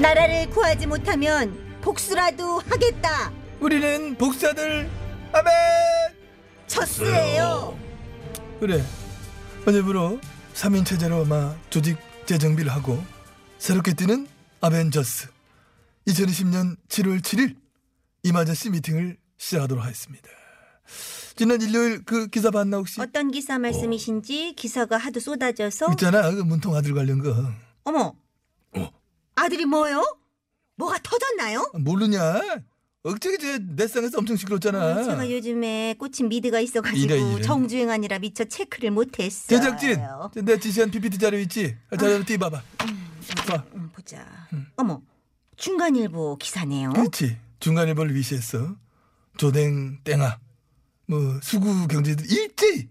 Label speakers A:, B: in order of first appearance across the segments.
A: 나라를 구하지 못하면 복수라도 하겠다.
B: 우리는 복사들 아멘
A: 첫수예요.
B: 그래 오늘부로 3인 체제로 막 조직 재정비를 하고 새롭게 뛰는 아벤저스 2020년 7월 7일 이마저씨 미팅을 시작하도록 하겠습니다 지난 일요일 그 기사 봤나 혹시
A: 어떤 기사 말씀이신지 기사가 하도 쏟아져서
B: 있잖아 그 문통 아들 관련 거
A: 어머.
C: 어.
A: 아들이 뭐요? 뭐가 터졌나요?
B: 모르냐 억제기 제 넷상에서 엄청 시끄럽잖아
A: 아, 제가 요즘에 꽂힌 미드가 있어가지고
B: 이래, 이래.
A: 정주행 아니라 미처 체크를 못했어요. 아.
B: 제작진 내 지시한 PPT 자료 있지 아, 자료를 띄봐봐 봐
A: 음, 보자. 어머, 중간일보 기사네요.
B: 그렇지. 중간일보를 위시했어. 조댕 땡아. 뭐 수구 경제들 일제히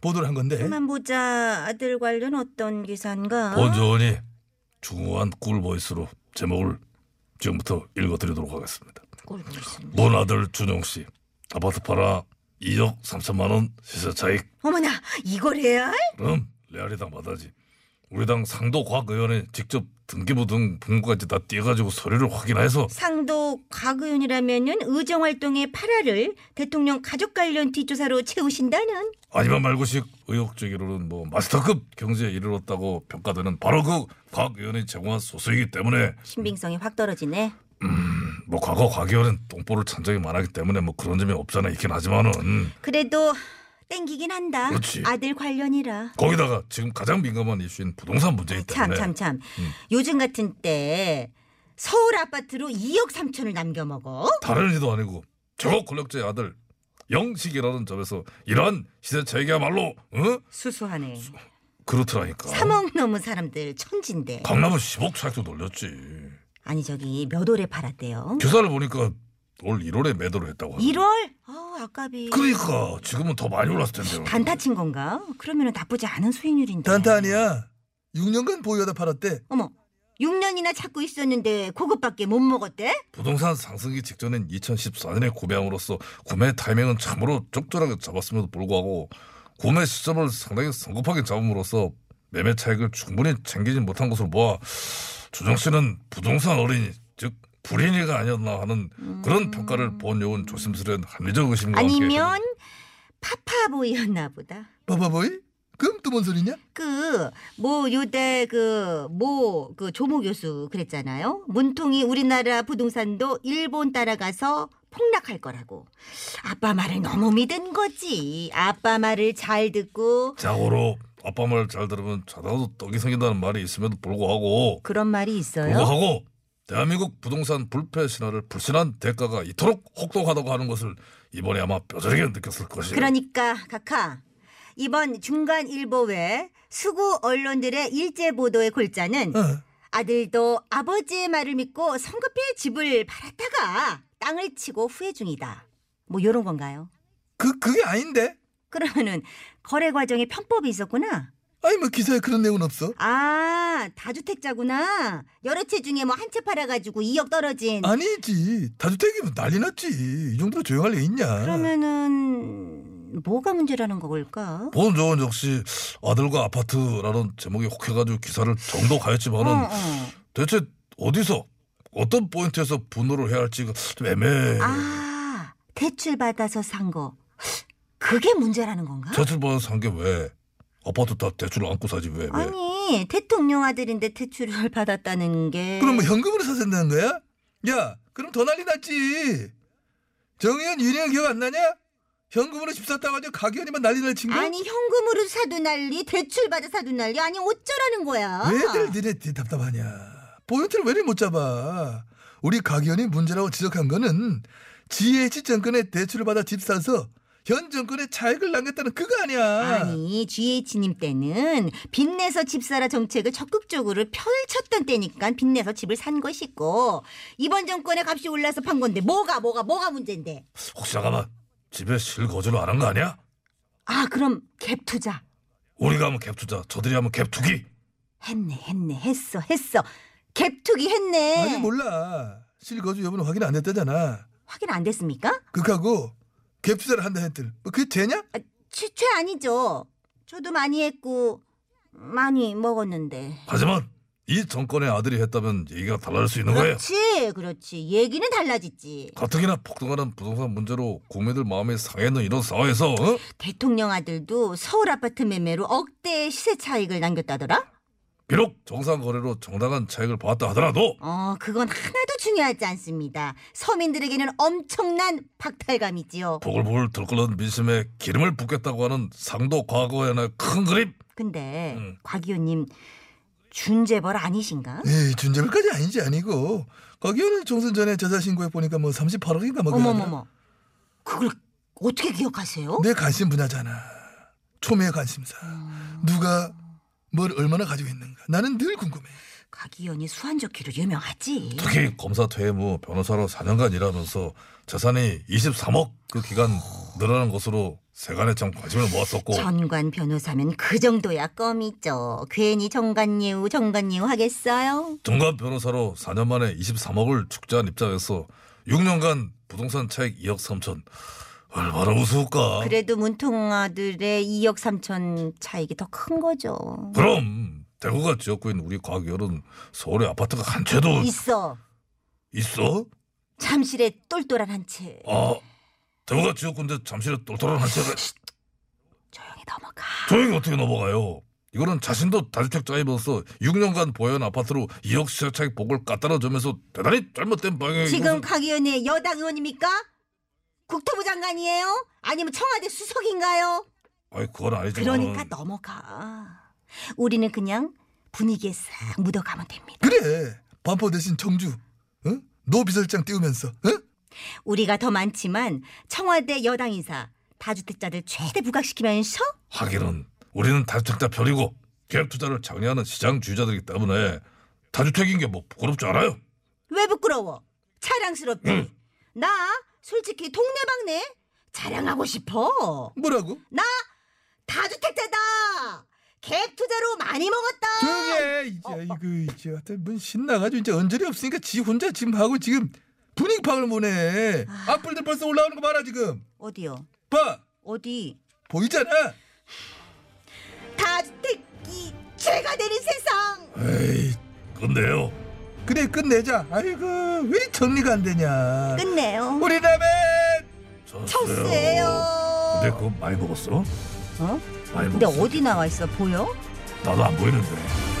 B: 보도를 한 건데.
A: 그만 보자. 아들 관련 어떤 기사인가?
C: 본조원이 중후한 꿀보이스로 제목을 지금부터 읽어드리도록 하겠습니다.
A: 꼴 기사네.
C: 문아들 준영 씨 아파트 팔아 2억 3천만 원 시세 차익
A: 어머나, 이거 레알?
C: 그럼 레알이당 받아지. 우리 당 상도 과학 의원이 직접 등기부 등 분과까지 다 떼가지고 서류를 확인해서
A: 상도 과거윤이라면은 의정 활동의 파라를 대통령 가족 관련 뒷조사로 채우신다는
C: 아니면 말고식 의혹 제기로는 뭐 마스터급 경제에 이르렀다고 평가되는 바로 그 과학 의원이 제공한 소수이기 때문에
A: 신빙성이 확 떨어지네.
C: 뭐 과거 과학 의원은 똥보를 찬 적이 많았기 때문에 뭐 그런 점이 없잖아 있긴 하지만은
A: 그래도 땡기긴 한다.
C: 그렇지.
A: 아들 관련이라.
C: 거기다가 지금 가장 민감한 이슈인 부동산 문제이기
A: 참,
C: 때문에
A: 참, 참. 요즘 같은 때 서울 아파트로 2억 3천을 남겨 먹어.
C: 다른 이도 아니고 최고 권력자의 아들 영식이라는 점에서 이러한 시세 차이야말로 응?
A: 수수하네.
C: 그렇더라니까
A: 3억 넘은 사람들 천진데.
C: 강남은 10억 차익도 놀렸지
A: 아니 저기 몇 월에 팔았대요?
C: 기사를 보니까 올 1월에 매도를 했다고 하더라고.
A: 1월? 아, 아깝이.
C: 그러니까 지금은 더 많이 올랐을 텐데요
A: 단타 친 건가? 그러면 나쁘지 않은 수익률인데.
B: 단타 아니야. 6년간 보유하다 팔았대.
A: 어머, 6년이나 찾고 있었는데 그것밖에 못 먹었대?
C: 부동산 상승기 직전인 2014년에 구매함으로써 구매 타이밍은 참으로 적절하게 잡았음에도 불구하고 구매 시점을 상당히 성급하게 잡음으로써 매매 차익을 충분히 챙기지 못한 것으로 보아 조정 씨는 부동산 어린이 즉 불인이가 아니었나 하는 그런 평가를 본 요은 조심스레운 합리적 의심과
A: 음. 아니면 파파보이였나 보다.
B: 봐봐보이. 그럼 또 뭔 소리냐?
A: 그, 뭐, 요대, 그, 뭐, 그, 조모 교수 그랬잖아요. 문통이 우리나라 부동산도 일본 따라가서 폭락할 거라고. 아빠 말을 너무 믿은 거지. 아빠 말을 잘 듣고,
C: 자고로 아빠 말 잘 들으면 자다가도 떡이 생긴다는 말이 있음에도 불구하고
A: 그런 말이 있어요.
C: 그거하고 대한민국 부동산 불패 신화를 불신한 대가가 이토록 혹독하다고 하는 것을 이번에 아마 뼈저리게 느꼈을 것이에요.
A: 그러니까, 카카. 이번 중간일보 외 수구 언론들의 일제 보도의 골자는
B: 어.
A: 아들도 아버지의 말을 믿고 성급히 집을 팔았다가 땅을 치고 후회 중이다. 뭐 요런 건가요?
B: 그 그게 아닌데.
A: 그러면은 거래 과정에 편법이 있었구나.
B: 아니 뭐 기사에 그런 내용은 없어.
A: 아, 다주택자구나. 여러 채 중에 뭐 한 채 팔아가지고 2억 떨어진.
B: 아니지. 네.
C: 뭐
B: 다주택이면 난리 났지. 이 정도로 조용할 리 있냐.
A: 그러면은 뭐가 문제라는 걸까?
C: 본 조원 역시 아들과 아파트라는 제목이 혹해가지고 기사를 정독하였지만은
A: 어, 어.
C: 대체 어디서 어떤 포인트에서 분노를 해야 할지가 그 좀 애매해.
A: 아, 대출 받아서 산 거. 그게 문제라는 건가?
C: 대출 받아서 산 게 왜? 아파트 다 대출을 안고 사지
B: 네.
C: 왜? 왜?
A: 아니, 대통령 아들인데 대출을 받았다는 게.
B: 그럼 뭐 현금으로 사된다는 거야? 야, 그럼 더 난리 났지. 정의연 유령 기억 안 나냐? 현금으로 집 샀다고 하죠. 가게원이만 난리 날친 거.
A: 아니 현금으로 사도 난리 대출 받아 사도 난리 아니 어쩌라는 거야
B: 왜들 니네 뒤 답답하냐? 포인트를 왜 이리 못 잡아? 우리 가기현이 문제라고 지적한 거는 GH 정권의 대출을 받아 집 사서 현 정권에 차익을 남겼다는 그거 아니야.
A: 아니 GH님 때는 빚내서 집사라 정책을 적극적으로 펼쳤던 때니까 빚내서 집을 산 것이고 이번 정권에 값이 올라서 판 건데 뭐가 뭐가 뭐가 문제인데
C: 혹시 잠깐만 집에 실거주를 안 한 거 아니야?
A: 아 그럼 갭 투자
C: 우리가 하면 갭투자 저들이 하면 갭투기
A: 했네 했네 했어 했어 갭 투기 했네
B: 아니 몰라. 실거주 여부는 확인 안 했다잖아.
A: 확인 안 됐습니까?
B: 극하고 갭투자를 한다 했들. 뭐 그게 되냐?
A: 최, 최 아니죠 저도 많이 했고 많이 먹었는데
C: 하지만 이 정권의 아들이 했다면 얘기가 달라질 수 있는 거예요
A: 그렇지 그렇지 얘기는 달라지지
C: 가뜩이나 폭등하는 부동산 문제로 국민들 마음이 상해는 이런 상황에서 어?
A: 대통령 아들도 서울 아파트 매매로 억대의 시세 차익을 남겼다더라
C: 비록 정상 거래로 정당한 차익을 받았다 하더라도
A: 어, 그건 하나도 중요하지 않습니다. 서민들에게는 엄청난 박탈감이지요.
C: 보글보글 들끓는 민심에 기름을 붓겠다고 하는 상도 과거에 하나 큰 그림
A: 근데
C: 음.
A: 곽이호님 준재벌 아니신가?
B: 예, 에이 준재벌까지 아닌지 아니고 거기는 총선 전에 저자 신고해 보니까 뭐 38억인가 뭐
A: 어머머머, 그걸 어떻게 기억하세요?
B: 내 관심 분야잖아. 초미의 관심사.
A: 음.
B: 누가 뭘 얼마나 가지고 있는가. 나는 늘 궁금해.
A: 곽이현이 수완좋기로 유명하지.
C: 특히 검사 퇴임 후 변호사로 4년간 일하면서 재산이 23억 그 기간 늘어난 것으로 세간에 참 관심을 모았었고
A: 전관 변호사면 그 정도야 껌이죠. 괜히 정관예우 정관예우 하겠어요?
C: 정관 변호사로 4년 만에 23억을 축제한 입장에서 6년간 부동산 차익 2억 3천 얼마나 우스울까
A: 그래도 문통 아들의 2억 3천 차익이 더 큰
C: 음.
A: 거죠.
C: 럼 대구가 지역구인 우리 과기열은 서울에 아파트가 한 채도
A: 있어.
C: 있어?
A: 잠실에 똘똘한 한 채.
C: 아 대구가 지역구인데 잠실에 똘똘한 한 채가
A: 조용히 넘어가.
C: 저에게 어떻게 넘어가요? 이거는 자신도 다주택자이면서 6년간 보유한 아파트로 2억 시세차익 복을 까따라 주면서 대단히 잘못된 네, 방향이
A: 지금 강 의원의 여당 의원입니까? 국토부 장관이에요? 아니면 청와대 수석인가요?
C: 아니 그건 아니지
A: 그러니까
C: 나는.
A: 넘어가. 우리는 그냥 분위기에 싹 묻어가면 됩니다.
B: 그래. 반포 대신 정주. 응? 노 비설장 띄우면서. 응?
A: 우리가 더 많지만 청와대 여당 인사 다주택자들 최대 부각시키면서
C: 하기는 우리는 다주택자 편이고 계획투자를 장려하는 시장주의자들이기 때문에 다주택인 게 뭐 부끄럽지 않아요?
A: 왜 부끄러워? 자랑스럽지. 나 솔직히 동네방네 자랑하고 싶어.
B: 뭐라고?
A: 나 다주택자다. 갭 투자로 많이 먹었다.
B: 조용히 해. 예, 이제 이거 이제 하여튼 문 신나가지고 이제 언저리 없으니까 지 혼자 지금 하고 지금 분위기 파악을 못해.
A: 아.
B: 악플들 벌써 올라오는 거 봐라 지금.
A: 어디요?
B: 봐.
A: 어디?
B: 보이잖아.
A: 다주택이 죄가 되는 세상.
C: 에이 근데요
B: 그래 끝내자. 아이고 왜 정리가 안 되냐.
A: 끝내요.
B: 우리 라면.
A: 철수해요.
C: 근데 그거 많이 먹었어?
A: 어?
C: 많이
A: 근데
C: 먹었어
A: 어디 나와 있어? 보여?
C: 나도 안 보이는데